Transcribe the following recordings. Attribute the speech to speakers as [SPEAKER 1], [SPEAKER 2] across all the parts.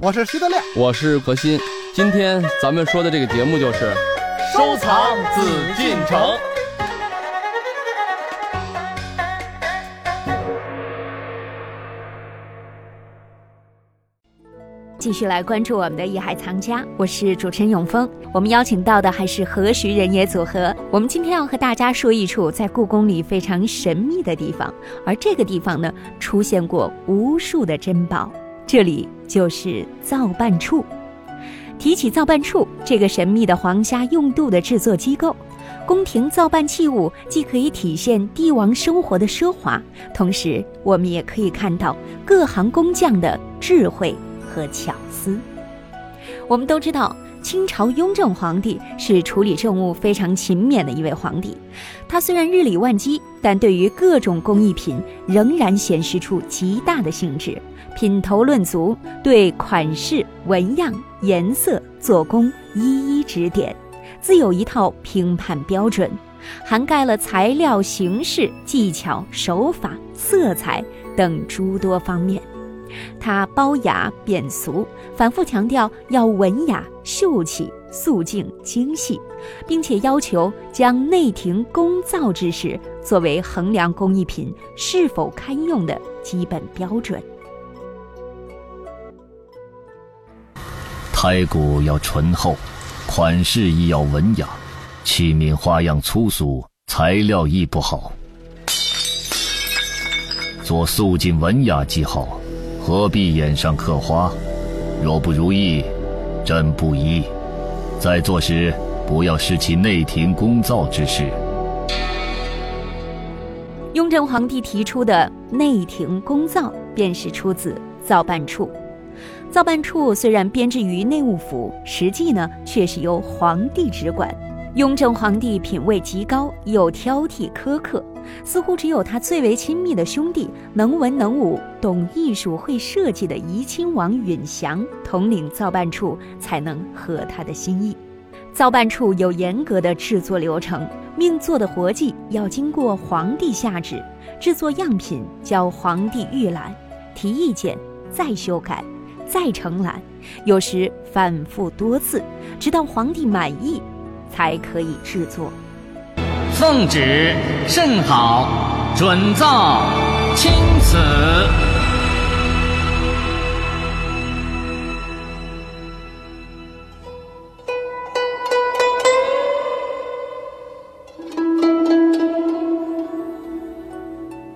[SPEAKER 1] 我是徐德亮，
[SPEAKER 2] 我是何鑫。今天咱们说的这个节目就是
[SPEAKER 3] 收藏紫禁城。
[SPEAKER 4] 继续来关注我们的《艺海藏家》，我是主持人永峰。我们邀请到的还是何许人也组合。我们今天要和大家说一处在故宫里非常神秘的地方，而这个地方呢，出现过无数的珍宝。这里就是造办处。提起造办处这个神秘的皇家用度的制作机构，宫廷造办器物既可以体现帝王生活的奢华，同时我们也可以看到各行工匠的智慧和巧思。我们都知道，清朝雍正皇帝是处理政务非常勤勉的一位皇帝。他虽然日理万机，但对于各种工艺品仍然显示出极大的兴致，品头论足，对款式、纹样、颜色、做工一一指点，自有一套评判标准，涵盖了材料、形式、技巧、手法、色彩等诸多方面。他褒雅贬俗，反复强调要文雅、秀气、素净、精细，并且要求将内廷工造之事作为衡量工艺品是否堪用的基本标准。
[SPEAKER 5] 胎骨要醇厚，款式亦要文雅，器皿花样粗俗，材料亦不好。做素净文雅极好，何必眼上刻花？若不如意，朕不依。在做时，不要失其内廷工造之事。
[SPEAKER 4] 雍正皇帝提出的内廷工造，便是出自造办处。造办处虽然编制于内务府，实际呢却是由皇帝直管。雍正皇帝品位极高，又挑剔苛刻，似乎只有他最为亲密的兄弟能文能武、懂艺术、会设计的怡亲王允祥统领造办处，才能合他的心意。造办处有严格的制作流程，命做的活计要经过皇帝下旨，制作样品交皇帝预览，提意见，再修改，再承揽，有时反复多次，直到皇帝满意，才可以制作。
[SPEAKER 3] 奉旨甚好，准奏钦此。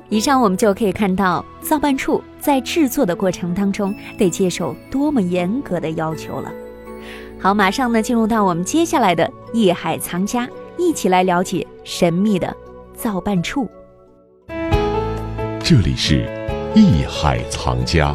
[SPEAKER 4] 以上我们就可以看到，造办处在制作的过程当中得接受多么严格的要求了。好，马上呢进入到我们接下来的《艺海藏家》，一起来了解神秘的造办处。
[SPEAKER 6] 这里是艺海藏家。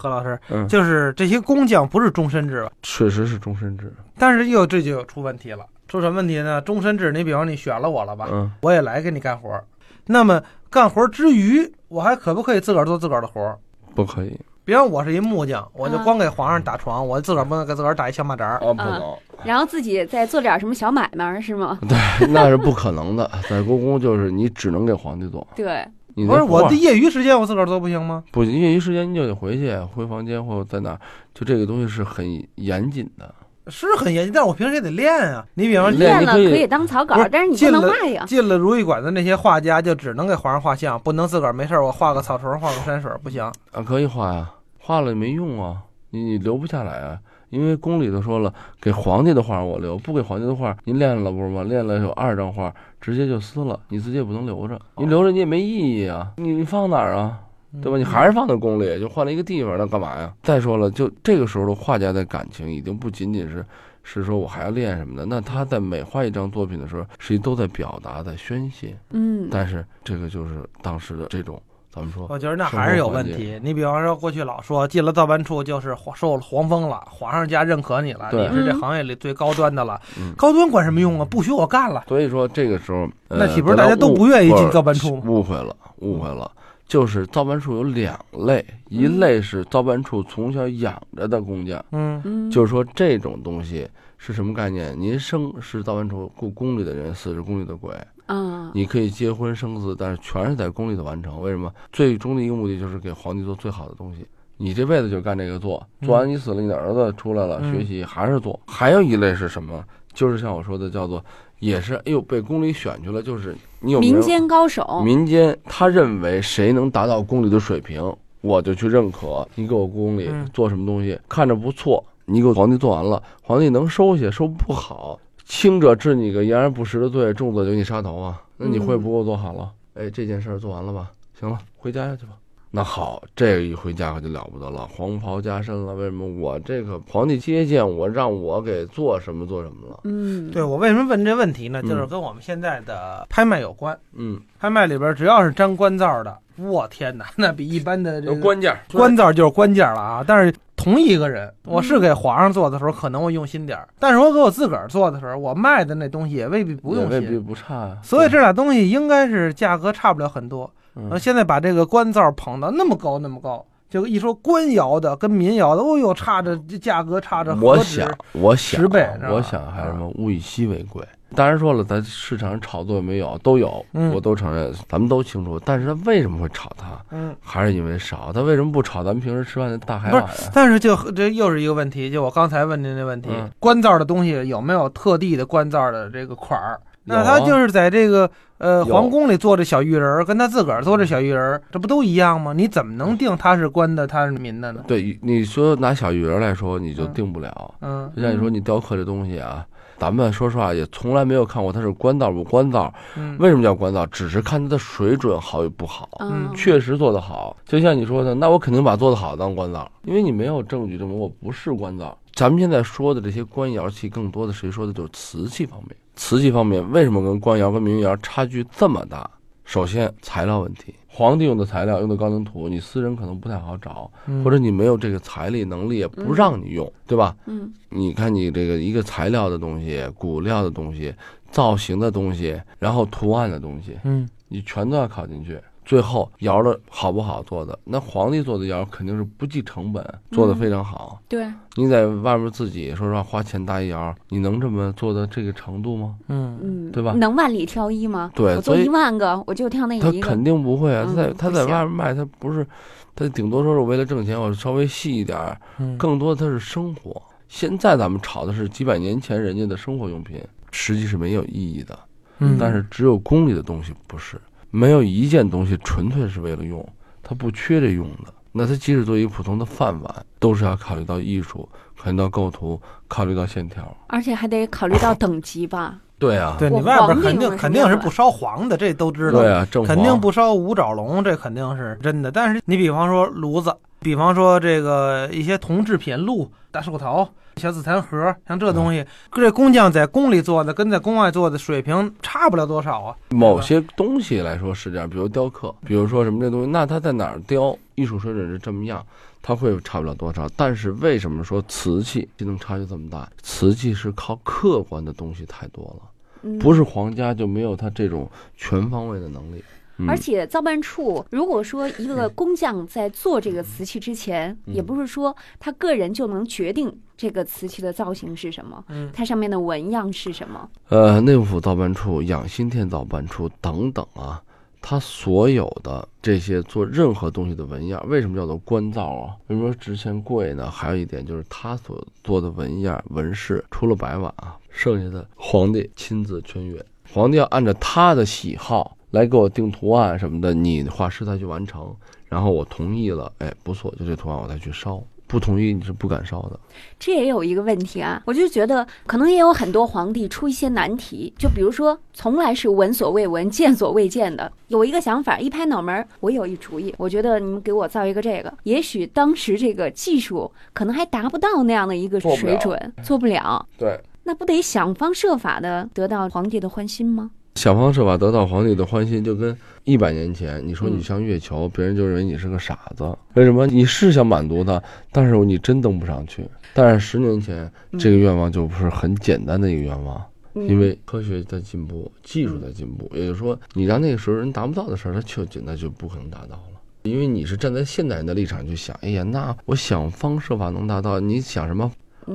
[SPEAKER 1] 何老师，
[SPEAKER 2] 嗯
[SPEAKER 1] 就是这些工匠不是终身制吧？
[SPEAKER 2] 确实是终身制。
[SPEAKER 1] 但是又这就有出问题了，出什么问题呢？终身制，你比方你选了我了吧，
[SPEAKER 2] 嗯，
[SPEAKER 1] 我也来给你干活儿，那么干活儿之余，我还可不可以自个儿做自个儿的活儿？
[SPEAKER 2] 不可以
[SPEAKER 1] 别让我是一木匠，我就
[SPEAKER 7] 啊
[SPEAKER 1] 光给皇上打床，我自个儿不能给自个儿打一小马扎儿。
[SPEAKER 2] 啊，不
[SPEAKER 7] 啊
[SPEAKER 2] 能，
[SPEAKER 7] 然后自己再做点什么小买卖儿是吗？
[SPEAKER 2] 对，那是不可能的。在故宫就是你只能给皇帝做，
[SPEAKER 7] 对，
[SPEAKER 2] 你
[SPEAKER 1] 不是我的
[SPEAKER 2] 的
[SPEAKER 1] 业余时间，我自个儿做不行吗？
[SPEAKER 2] 不业余时间你就得回去回房间或者在哪儿，就这个东西是很严谨的。
[SPEAKER 1] 是很严谨，但是我平时也得练啊。你比方说
[SPEAKER 2] 练
[SPEAKER 7] 练
[SPEAKER 2] 你
[SPEAKER 7] 了
[SPEAKER 2] 可以
[SPEAKER 7] 可以当草稿
[SPEAKER 1] 不是，
[SPEAKER 7] 但是你
[SPEAKER 1] 进
[SPEAKER 7] 不能
[SPEAKER 1] 了
[SPEAKER 7] 卖呀。
[SPEAKER 1] 进了如意馆的那些画家，就只能给皇上画像，不能自个儿没事儿我画个草虫，画个山水儿不行。
[SPEAKER 2] 啊，可以画呀，画了也没用啊，你你留不下来啊，因为宫里头说了，给皇帝的画我留，不给皇帝的画，您练了不是吗？练了有二张画，直接就撕了，你自己也不能留着，你留着你也没意义啊，你你放哪儿啊？对吧？你还是放在宫里，就换了一个地方，那干嘛呀？再说了，就这个时候的画家的感情已经不仅仅是是说我还要练什么的，那他在每画一张作品的时候，实际都在表达，在宣泄。
[SPEAKER 7] 嗯，
[SPEAKER 2] 但是这个就是当时的这种，咱们说
[SPEAKER 1] 我觉得那还是有问题。你比方说，过去老说进了造办处就是皇受了皇封了，皇上家认可你了，
[SPEAKER 2] 对
[SPEAKER 1] 你是这
[SPEAKER 7] 嗯
[SPEAKER 1] 行业里最高端的了。
[SPEAKER 2] 嗯
[SPEAKER 1] 高端管什么用啊？不许我干了，
[SPEAKER 2] 所以说这个时候，呃
[SPEAKER 1] 那岂不是大家都不愿意进造办处吗
[SPEAKER 2] 误会了，误会了，就是造办处有两类，一类是造办处从小养着的工匠，
[SPEAKER 1] 嗯，
[SPEAKER 7] 嗯
[SPEAKER 2] 就是说这种东西是什么概念？您生是造办处故宫里的人，死是宫里的鬼。
[SPEAKER 7] 嗯，
[SPEAKER 2] 你可以结婚生子，但是全是在宫里头完成。为什么？最终的一个目的就是给皇帝做最好的东西。你这辈子就干这个做，做完你死了，你的儿子出来了，
[SPEAKER 1] 嗯
[SPEAKER 2] 学习还是做。还有一类是什么？就是像我说的，叫做也是，哎呦，被宫里选去了，就是你有没有
[SPEAKER 7] 民间高手，
[SPEAKER 2] 民间他认为谁能达到宫里的水平，我就去认可。你给我宫里
[SPEAKER 1] 嗯
[SPEAKER 2] 做什么东西、看着不错，你给我皇帝做完了，皇帝能收下，收不好，轻者治你个严而不实的罪，重者就给你杀头啊。那你会不给我做好了？哎，这件事儿做完了吧？行了，回家去吧。那好，这一回家可就了不得了，黄袍加身了。为什么我这个皇帝接见我，让我给做什么做什么了？
[SPEAKER 7] 嗯，
[SPEAKER 1] 对我为什么问这问题呢？就是
[SPEAKER 2] 嗯
[SPEAKER 1] 跟我们现在的拍卖有关。
[SPEAKER 2] 嗯，
[SPEAKER 1] 拍卖里边只要是沾官字儿的，我天哪，那比一般的这
[SPEAKER 2] 有
[SPEAKER 1] 个
[SPEAKER 2] 关键儿，
[SPEAKER 1] 官字儿就是官件儿了啊。但是同一个人，我是给皇上做的时候，可能我用心点儿，但是我给我自个儿做的时候，我卖的那东西也未必不
[SPEAKER 2] 也
[SPEAKER 1] 用
[SPEAKER 2] 未必
[SPEAKER 1] 心。
[SPEAKER 2] 不差啊。
[SPEAKER 1] 所以这俩东西应该是价格差不了很多。
[SPEAKER 2] 嗯
[SPEAKER 1] 呃，现在把这个官字儿捧到那么高那么高，就一说官窑的跟民窑的，哦呦，差着这价格差着
[SPEAKER 2] 我
[SPEAKER 1] 何止
[SPEAKER 2] 想，我想，啊
[SPEAKER 1] 十倍是吧啊
[SPEAKER 2] 我想还是什么物以稀为贵。当然说了，咱市场上炒作有没有都有，
[SPEAKER 1] 嗯
[SPEAKER 2] 我都承认，咱们都清楚。但是它为什么会炒它，
[SPEAKER 1] 嗯，
[SPEAKER 2] 还是因为少。它为什么不炒咱们平时吃饭的大海碗呀？
[SPEAKER 1] 但是就这又是一个问题，就我刚才问您那问题，
[SPEAKER 2] 嗯
[SPEAKER 1] 官字儿的东西有没有特地的官字儿的这个款儿？
[SPEAKER 2] 有
[SPEAKER 1] 那
[SPEAKER 2] 啊
[SPEAKER 1] 他就是在这个呃
[SPEAKER 2] 有嗯
[SPEAKER 1] 皇宫里做这小玉人儿，跟他自个儿做这小玉人儿，这不都一样吗？你怎么能定他是官的，他是民的呢？
[SPEAKER 2] 对，你说拿小鱼儿来说，你就定不了。
[SPEAKER 1] 嗯
[SPEAKER 2] 就像你说，你雕刻这东西啊，咱们说实话也从来没有看过它是官造不官造。
[SPEAKER 1] 嗯，
[SPEAKER 2] 为什么叫官造？只是看它的水准好与不好。
[SPEAKER 7] 嗯，
[SPEAKER 2] 确实做得好，就像你说的，那我肯定把做得好当官造，因为你没有证据证明我不是官造。咱们现在说的这些官窑器，更多的谁说的就是瓷器方面。瓷器方面为什么跟官窑跟民窑差距这么大？首先材料问题，皇帝用的材料用的高岭土，你私人可能不太好找，
[SPEAKER 1] 嗯
[SPEAKER 2] 或者你没有这个财力能力，也不让你用，对吧？
[SPEAKER 7] 嗯，
[SPEAKER 2] 你看你这个一个材料的东西、骨料的东西、造型的东西，然后图案的东西，
[SPEAKER 1] 嗯
[SPEAKER 2] 你全都要考进去。最后窑的好不好做的，那皇帝做的窑肯定是不计成本做的非常好。
[SPEAKER 7] 对，
[SPEAKER 2] 你在外面自己说实话花钱搭一窑，你能这么做到这个程度吗？
[SPEAKER 1] 嗯
[SPEAKER 7] 嗯，
[SPEAKER 2] 对吧
[SPEAKER 7] 能万里挑一吗？
[SPEAKER 2] 对
[SPEAKER 7] 我做
[SPEAKER 2] 所以
[SPEAKER 7] 一万个，我就挑那
[SPEAKER 2] 他
[SPEAKER 7] 一个
[SPEAKER 2] 肯。定不会啊，他在
[SPEAKER 7] 嗯
[SPEAKER 2] 他
[SPEAKER 7] 不
[SPEAKER 2] 在
[SPEAKER 7] 行
[SPEAKER 2] 外面卖，他不是，他顶多说是为了挣钱，我稍微细一点儿，
[SPEAKER 1] 嗯，
[SPEAKER 2] 更多的它是生活。现在咱们炒的是几百年前人家的生活用品，实际是没有意义的。
[SPEAKER 1] 嗯
[SPEAKER 2] 但是只有宫里的东西不是，没有一件东西纯粹是为了用，它不缺这用的。那它即使做一个普通的饭碗，都是要考虑到艺术，考虑到构图，考虑到线条。
[SPEAKER 7] 而且还得考虑 到等级吧。
[SPEAKER 2] 对啊，
[SPEAKER 1] 对你
[SPEAKER 7] 我
[SPEAKER 1] 外边
[SPEAKER 7] 皇帝
[SPEAKER 1] 肯
[SPEAKER 7] 用
[SPEAKER 1] 定
[SPEAKER 7] 的
[SPEAKER 1] 肯
[SPEAKER 7] 是
[SPEAKER 1] 定是
[SPEAKER 7] 面
[SPEAKER 1] 不
[SPEAKER 7] 粉
[SPEAKER 1] 烧黄的，这都知道。
[SPEAKER 2] 对啊，正
[SPEAKER 1] 肯
[SPEAKER 2] 黄
[SPEAKER 1] 定不烧五爪龙，这肯定是真的。但是你比方说炉子，比方说这个一些铜制品，鹿、大寿桃、小紫檀盒，像这东西，
[SPEAKER 2] 嗯
[SPEAKER 1] 这工匠在宫里做的跟在宫外做的水平差不了多少啊。
[SPEAKER 2] 某些东西来说是这样，比如雕刻，比如说什么这东西，那它在哪儿雕，艺术水准是这么样，它会差不了多少。但是为什么说瓷器就能差距这么大？瓷器是靠客观的东西太多了，
[SPEAKER 7] 嗯
[SPEAKER 2] 不是皇家就没有它这种全方位的能力。嗯
[SPEAKER 7] 而且造办处，如果说一个工匠在做这个瓷器之前，
[SPEAKER 2] 嗯
[SPEAKER 7] 也不是说他个人就能决定这个瓷器的造型是什么，
[SPEAKER 1] 嗯
[SPEAKER 7] 它上面的纹样是什么。
[SPEAKER 2] 呃，内务府造办处、养心殿造办处等等啊，它所有的这些做任何东西的纹样，为什么叫做官造啊？为什么值钱贵呢？还有一点就是它所做的纹样、纹饰，除了白碗啊，剩下的皇帝亲自圈阅，皇帝要按照他的喜好来给我定图案什么的，你画师再去完成，然后我同意了，哎，不错，就这图案我再去烧，不同意你是不敢烧的。
[SPEAKER 7] 这也有一个问题啊，我就觉得可能也有很多皇帝出一些难题，就比如说从来是闻所未闻、见所未见的，有一个想法，一拍脑门儿，我有一主意，我觉得你们给我造一个这个。也许当时这个技术可能还达不到那样的一个
[SPEAKER 2] 做不了
[SPEAKER 7] 水准，做不了，
[SPEAKER 2] 对，
[SPEAKER 7] 那不得想方设法的得到皇帝的欢心吗？
[SPEAKER 2] 想方设法得到皇帝的欢心，就跟一百年前你说你
[SPEAKER 7] 嗯
[SPEAKER 2] 上月球，别人就认为你是个傻子。为什么？你是想满足他，但是你真登不上去。但是十年前，这个愿望就不是很简单的一个愿望，
[SPEAKER 7] 嗯
[SPEAKER 2] 因为科学在进步，技术在进步，也就是说，你让那个时候人达不到的事儿，他就简单就不可能达到了。因为你是站在现代人的立场去想，哎呀，那我想方设法能达到。你想什么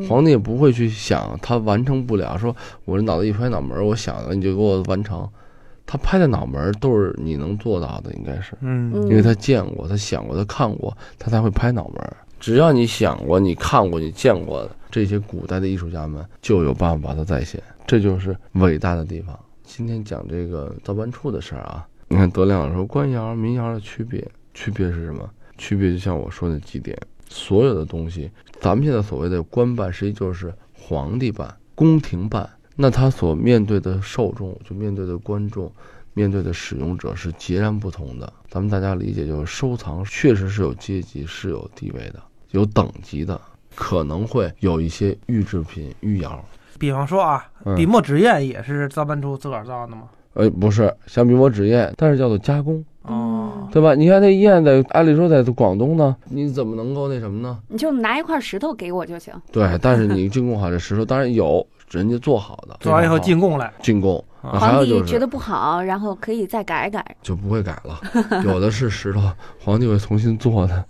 [SPEAKER 2] 皇帝也不会去想他完成不了，说我这脑子一拍脑门儿，我想了你就给我完成，他拍的脑门儿都是你能做到的，应该是，
[SPEAKER 1] 嗯，
[SPEAKER 7] 嗯
[SPEAKER 2] 因为他见过，他想过，他看过，他才会拍脑门儿。只要你想过、你看过、你见过的这些古代的艺术家们，就有办法把它再现，这就是伟大的地方。今天讲这个造办处的事儿啊，你看德亮说官窑、民窑的区别，区别是什么？区别就像我说的几点，所有的东西，咱们现在所谓的官办，实际就是皇帝办、宫廷办，那他所面对的受众，就面对的观众，面对的使用者是截然不同的。咱们大家理解就是，收藏确实是有阶级、是有地位的，有等级的，可能会有一些玉制品、御窑。
[SPEAKER 1] 比方说啊，
[SPEAKER 2] 嗯
[SPEAKER 1] 笔墨纸砚也是造办处自个儿造的嘛。
[SPEAKER 2] 呃，不是像笔墨纸砚，但是叫做加工，
[SPEAKER 1] 哦，
[SPEAKER 2] 对吧？你看那砚在，按理说在广东呢，你怎么能够那什么呢？
[SPEAKER 7] 你就拿一块石头给我就行。
[SPEAKER 2] 对，但是你进贡好这石头，当然有人家做好的，
[SPEAKER 1] 做完以后
[SPEAKER 2] 非常好
[SPEAKER 1] 进贡来，
[SPEAKER 2] 进贡，
[SPEAKER 1] 啊
[SPEAKER 2] 那还
[SPEAKER 7] 皇
[SPEAKER 2] 有
[SPEAKER 7] 帝
[SPEAKER 2] 就是
[SPEAKER 7] 觉得不好，然后可以再改一改。
[SPEAKER 2] 就不会改了。 有的是石头，皇帝会重新做的。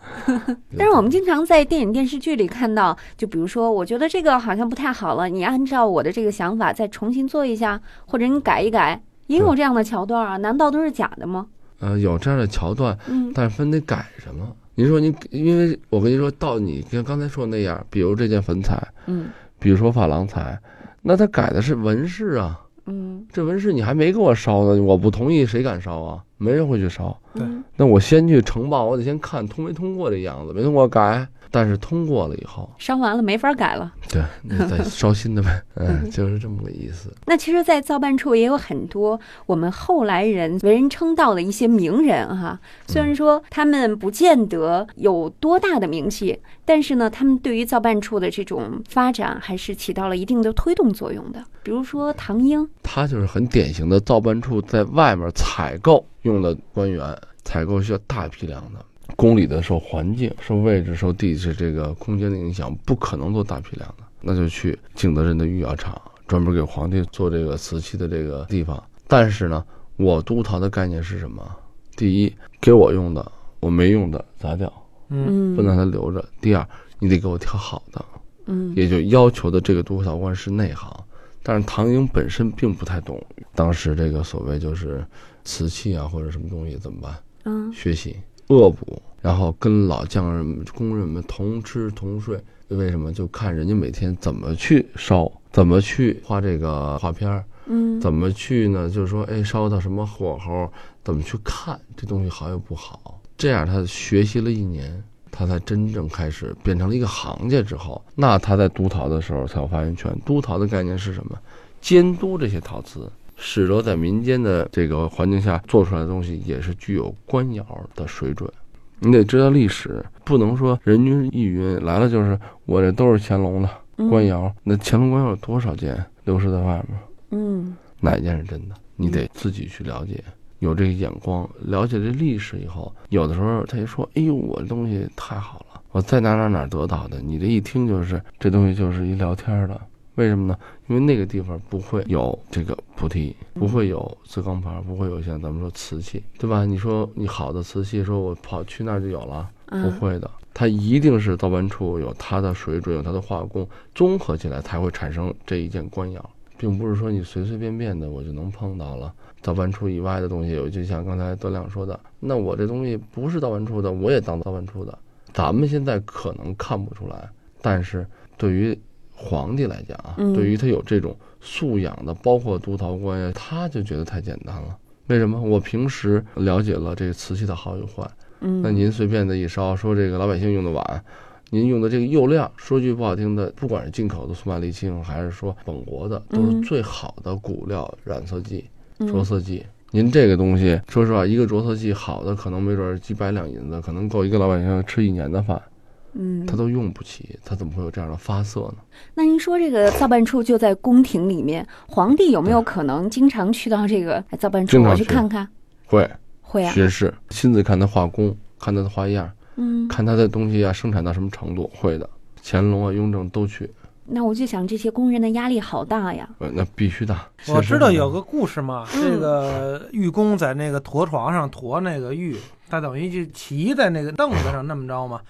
[SPEAKER 7] 但是我们经常在电影电视剧里看到，就比如说，我觉得这个好像不太好了，你按照我的这个想法再重新做一下，或者你改一改，也有这样的桥段啊？难道都是假的吗？
[SPEAKER 2] 呃有这样的桥段，
[SPEAKER 7] 嗯
[SPEAKER 2] 但是分得改什么？您说您，因为我跟您说到你跟刚才说的那样，比如这件粉彩，
[SPEAKER 7] 嗯
[SPEAKER 2] 比如说珐琅彩，那他改的是纹饰啊，
[SPEAKER 7] 嗯
[SPEAKER 2] 这纹饰你还没给我烧呢，我不同意，谁敢烧啊？没人会去烧。
[SPEAKER 1] 对
[SPEAKER 7] 嗯
[SPEAKER 2] 那我先去呈报，我得先看通没通过这样子，没通过改。但是通过了以后，
[SPEAKER 7] 烧完了没法改了。
[SPEAKER 2] 对，那再烧新的呗，嗯，就是这么个意思。
[SPEAKER 7] 那其实，在造办处也有很多我们后来人为人称道的一些名人哈、虽然说他们不见得有多大的名气，但是呢，他们对于造办处的这种发展还是起到了一定的推动作用的。比如说唐英，
[SPEAKER 2] 他就是很典型的造办处在外面采购用的官员，采购需要大批量的。宫里的受环境、受位置、受地势这个空间的影响，不可能做大批量的，那就去景德镇的御窑厂，专门给皇帝做这个瓷器的这个地方。但是呢，我督陶的概念是什么？第一，给我用的，我没用的砸掉，
[SPEAKER 1] 嗯，
[SPEAKER 7] 嗯
[SPEAKER 2] 不能让它留着；第二，你得给我挑好的，
[SPEAKER 7] 嗯
[SPEAKER 2] 也就要求的这个督导官是内行，但是唐英本身并不太懂当时这个所谓就是瓷器啊或者什么东西怎么办，
[SPEAKER 7] 嗯
[SPEAKER 2] 学习恶补，然后跟老匠人们、工人们同吃同睡。为什么？就看人家每天怎么去烧，怎么去画这个画片儿，
[SPEAKER 7] 嗯
[SPEAKER 2] 怎么去呢？就是说，哎，烧到什么火候，怎么去看这东西好与不好？这样他学习了一年，他才真正开始变成了一个行家之后，那他在督陶的时候才有发言权。督陶的概念是什么？监督这些陶瓷，使得在民间的这个环境下做出来的东西也是具有官窑的水准。你得知道历史，不能说人云亦云，来了就是我这都是乾隆的官窑。那乾隆官窑有多少件流失在外面？
[SPEAKER 7] 嗯
[SPEAKER 2] 哪一件是真的，你得自己去了解，有这个眼光，了解这历史以后，有的时候他一说，哎呦，我这东西太好了，我在哪哪哪得到的，你这一听就是这东西就是一聊天的，为什么呢？因为那个地方不会有这个菩提，不会有自钢牌，不会有像咱们说瓷器，对吧？你说你好的瓷器，说我跑去那儿就有了，不
[SPEAKER 7] 嗯
[SPEAKER 2] 会的。它一定是造办处有它的水准，有它的画工，综合起来才会产生这一件官窑，并不是说你随随便便的我就能碰到了。造办处以外的东西，有就像刚才德亮说的，那我这东西不是造办处的，我也当造办处的。咱们现在可能看不出来，但是对于皇帝来讲啊，
[SPEAKER 7] 嗯
[SPEAKER 2] 对于他有这种素养的，包括督陶官呀，他就觉得太简单了。为什么？我平时了解了这个瓷器的好与坏，
[SPEAKER 7] 嗯，
[SPEAKER 2] 那您随便的一烧，说这个老百姓用的碗，您用的这个釉料，说句不好听的，不管是进口的苏马利青，还是说本国的，都是
[SPEAKER 7] 嗯
[SPEAKER 2] 最好的骨料染色剂、着
[SPEAKER 7] 嗯
[SPEAKER 2] 色剂。您这个东西，说实话，一个着色剂好的，可能没准儿几百两银子，可能够一个老百姓吃一年的饭，
[SPEAKER 7] 嗯
[SPEAKER 2] 他，都用不起，他怎么会有这样的发色呢？
[SPEAKER 7] 那您说这个造办处就在宫廷里面，皇帝有没有可能经常去到这个哎造办处？
[SPEAKER 2] 经常
[SPEAKER 7] 我去
[SPEAKER 2] 去
[SPEAKER 7] 看看，
[SPEAKER 2] 会
[SPEAKER 7] 会啊，
[SPEAKER 2] 学士亲自看他画工，看他的花样，
[SPEAKER 7] 嗯，
[SPEAKER 2] 看他的东西啊生产到什么程度，会的。乾隆啊、雍正都去，
[SPEAKER 7] 那我就想这些工人的压力好大呀，
[SPEAKER 2] 呃那必须的。
[SPEAKER 1] 我
[SPEAKER 2] 学士
[SPEAKER 1] 知道
[SPEAKER 2] 嘛
[SPEAKER 1] 有个故事嘛，这个玉工在那个驼床上驮那个玉，他等于就骑在那个凳子上那么着嘛，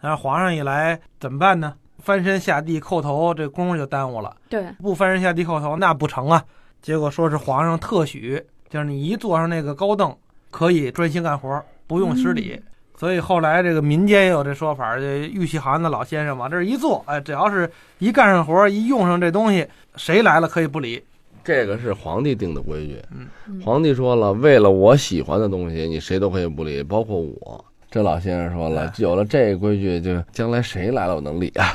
[SPEAKER 1] 然后皇上一来怎么办呢？翻身下地叩头，这
[SPEAKER 2] 嗯
[SPEAKER 1] 功夫就耽误了。
[SPEAKER 7] 对，
[SPEAKER 1] 不翻身下地叩头那不成啊！结果说是皇上特许就是你一坐上那个高凳，可以专心干活儿，不用施礼。所以后来这个民间也有这说法儿，这玉器行的老先生往这儿一坐，哎，只要是一干上活儿，一用上这东西，谁来了可以不理。
[SPEAKER 2] 这个是皇帝定的规矩。
[SPEAKER 1] 嗯
[SPEAKER 4] 嗯
[SPEAKER 2] 皇帝说了，为了我喜欢的东西，你谁都可以不理，包括我。这老先生说了
[SPEAKER 1] 哎，
[SPEAKER 2] 有了这个规矩，就将来谁来了我能理啊？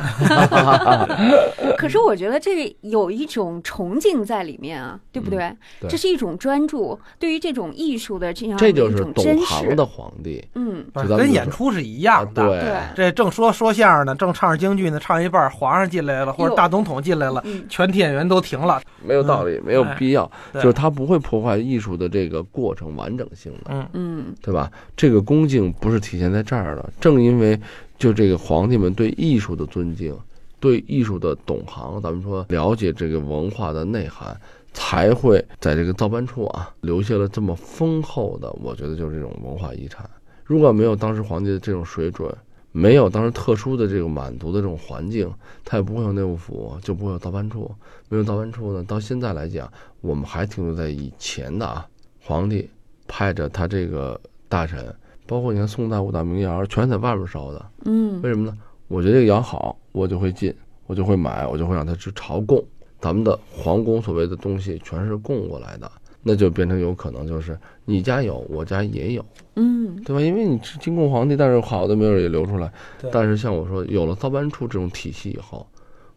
[SPEAKER 7] 可是我觉得这有一种崇敬在里面啊，对不对？
[SPEAKER 2] 嗯对
[SPEAKER 7] 这是一种专注，对于这种艺术的这样
[SPEAKER 2] 这
[SPEAKER 7] 一
[SPEAKER 2] 就是
[SPEAKER 7] 种
[SPEAKER 2] 懂
[SPEAKER 7] 真实
[SPEAKER 2] 行。的皇帝
[SPEAKER 7] 嗯，
[SPEAKER 2] 就咱们
[SPEAKER 1] 跟
[SPEAKER 2] 就
[SPEAKER 1] 演
[SPEAKER 2] 说
[SPEAKER 1] 出是一样的。
[SPEAKER 2] 对
[SPEAKER 7] 对，
[SPEAKER 1] 这正说说相声呢，正唱着京剧呢，唱一半儿，皇上进来了，或者
[SPEAKER 7] 哟
[SPEAKER 1] 大总统进来了，
[SPEAKER 7] 嗯，
[SPEAKER 1] 全体演员都停了。
[SPEAKER 2] 没有道理，没有必要，
[SPEAKER 1] 哎对
[SPEAKER 2] 就是他不会破坏艺术的这个过程完整性的，
[SPEAKER 1] 嗯，
[SPEAKER 7] 嗯，
[SPEAKER 2] 对吧？这个恭敬不是体现在这儿的，正因为就这个皇帝们对艺术的尊敬，对艺术的懂行，咱们说了解这个文化的内涵，才会在这个造办处啊留下了这么丰厚的，我觉得就是这种文化遗产。如果没有当时皇帝的这种水准，没有当时特殊的这种满族的这种环境，他也不会有内务府，就不会有造办处。没有造办处呢，到现在来讲，我们还停留在以前的啊，皇帝派着他这个大臣，包括你看宋代五大名窑，全在外边烧的。
[SPEAKER 7] 嗯，
[SPEAKER 2] 为什么呢？我觉得这个窑好，我就会进，我就会买，我就会让它去朝贡。咱们的皇宫所谓的东西全是供过来的，那就变成有可能就是你家有，我家也有，
[SPEAKER 7] 嗯，
[SPEAKER 2] 对吧？因为你是金贡皇帝，但是好的没有也流出来
[SPEAKER 1] 对。
[SPEAKER 2] 但是像我说，有了造办处这种体系以后，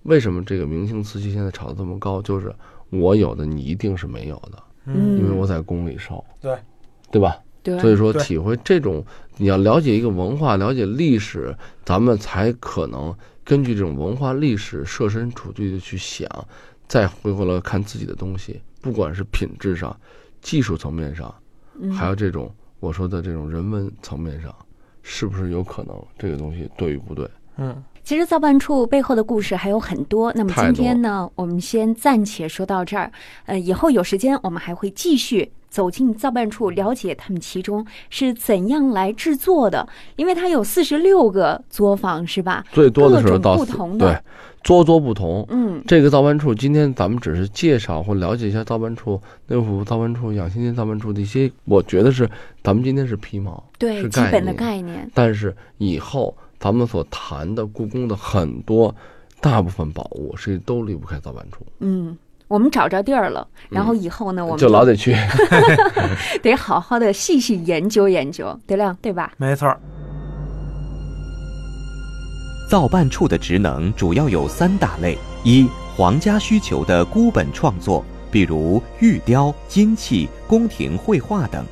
[SPEAKER 2] 为什么这个明清瓷器现在炒得这么高？就是我有的你一定是没有的，
[SPEAKER 7] 嗯
[SPEAKER 2] 因为我在宫里烧，
[SPEAKER 1] 对
[SPEAKER 2] 对吧？
[SPEAKER 7] 对，
[SPEAKER 2] 所以说，
[SPEAKER 1] 对
[SPEAKER 2] 体会这种，你要了解一个文化，了解历史，咱们才可能根据这种文化历史设身处地的去想，再回过来看自己的东西，不管是品质上、技术层面上，
[SPEAKER 7] 嗯
[SPEAKER 2] 还有这种我说的这种人文层面上，是不是有可能这个东西对与不对？
[SPEAKER 1] 嗯，
[SPEAKER 7] 其实造办处背后的故事还有很多。那么
[SPEAKER 2] 太多
[SPEAKER 7] 今天呢，我们先暂且说到这儿。呃，以后有时间我们还会继续走进造办处，了解他们其中是怎样来制作的，因为它有四十六个作坊，是吧？
[SPEAKER 2] 最多的
[SPEAKER 7] 各
[SPEAKER 2] 时候
[SPEAKER 7] 种
[SPEAKER 2] 到
[SPEAKER 7] 不
[SPEAKER 2] 四
[SPEAKER 7] 同的
[SPEAKER 2] 对，多多不同，
[SPEAKER 7] 嗯
[SPEAKER 2] 这个造办处，今天咱们只是介绍或了解一下造办处、内务府造办处、养心殿造办处的一些，我觉得是咱们今天是皮毛，，
[SPEAKER 7] 对，
[SPEAKER 2] 是
[SPEAKER 7] 基
[SPEAKER 2] 概
[SPEAKER 7] 本的
[SPEAKER 2] 念
[SPEAKER 7] 概念。
[SPEAKER 2] 但是以后咱们所谈的故宫的很多大部分宝物，是都离不开造办处，
[SPEAKER 7] 嗯，我们找着地儿了，然后以后呢，我们
[SPEAKER 2] 嗯就老得去。
[SPEAKER 7] 得好好的细细研究研究，德亮，对吧？
[SPEAKER 1] 没错儿。
[SPEAKER 8] 造办处的职能主要有三大类：一、皇家需求的孤本创作，比如玉雕、金器、宫廷绘画等；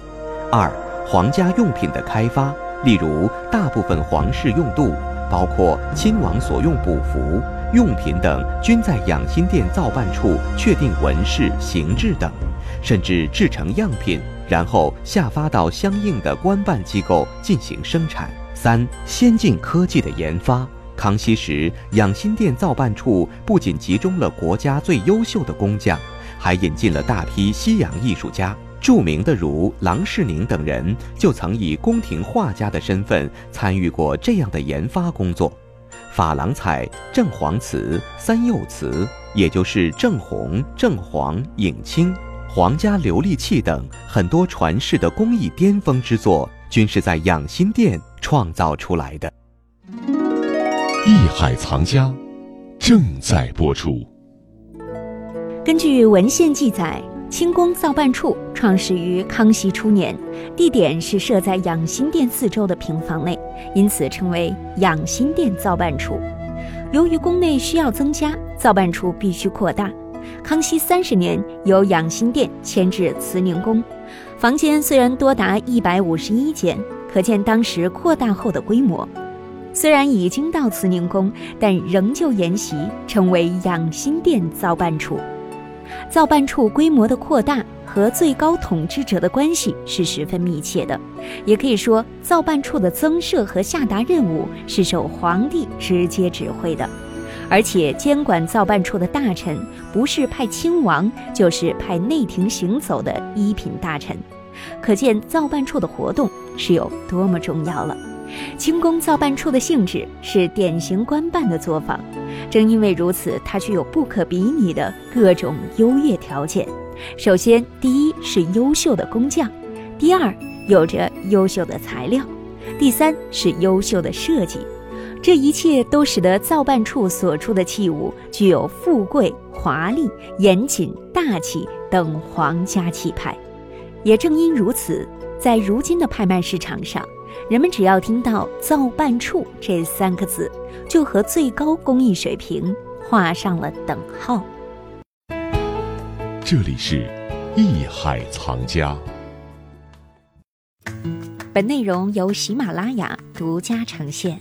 [SPEAKER 8] 二、皇家用品的开发，例如大部分皇室用度，包括亲王所用补服、用品等，均在养心殿造办处确定纹饰、形制等，甚至制成样品，然后下发到相应的官办机构进行生产。三、先进科技的研发。康熙时，养心殿造办处不仅集中了国家最优秀的工匠，还引进了大批西洋艺术家。著名的如郎世宁等人，就曾以宫廷画家的身份参与过这样的研发工作。珐琅彩、正黄瓷、三釉瓷，也就是正红、正黄、影青、皇家琉璃器等很多传世的工艺巅峰之作，均是在养心殿创造出来的。
[SPEAKER 6] 艺海藏家正在播出。
[SPEAKER 4] 根据文献记载，清宫造办处创始于康熙初年，地点是设在养心殿四周的平房内，因此称为养心殿造办处。由于宫内需要增加，造办处必须扩大。康熙三十年，由养心殿迁至慈宁宫，房间虽然多达一百五十一间，可见当时扩大后的规模。虽然已经到慈宁宫，但仍旧沿袭成为养心殿造办处。造办处规模的扩大和最高统治者的关系是十分密切的，也可以说，造办处的增设和下达任务是受皇帝直接指挥的。而且，监管造办处的大臣不是派亲王，就是派内廷行走的一品大臣，可见造办处的活动是有多么重要了。清宫造办处的性质是典型官办的作坊，正因为如此，它具有不可比拟的各种优越条件，首先，第一是优秀的工匠，第二有着优秀的材料，第三是优秀的设计。这一切都使得造办处所出的器物具有富贵、华丽、严谨、大气等皇家气派。也正因如此，在如今的拍卖市场上，人们只要听到“造办处”这三个字，就和最高工艺水平画上了等号。
[SPEAKER 6] 这里是艺海藏家。
[SPEAKER 4] 本内容由喜马拉雅独家呈现。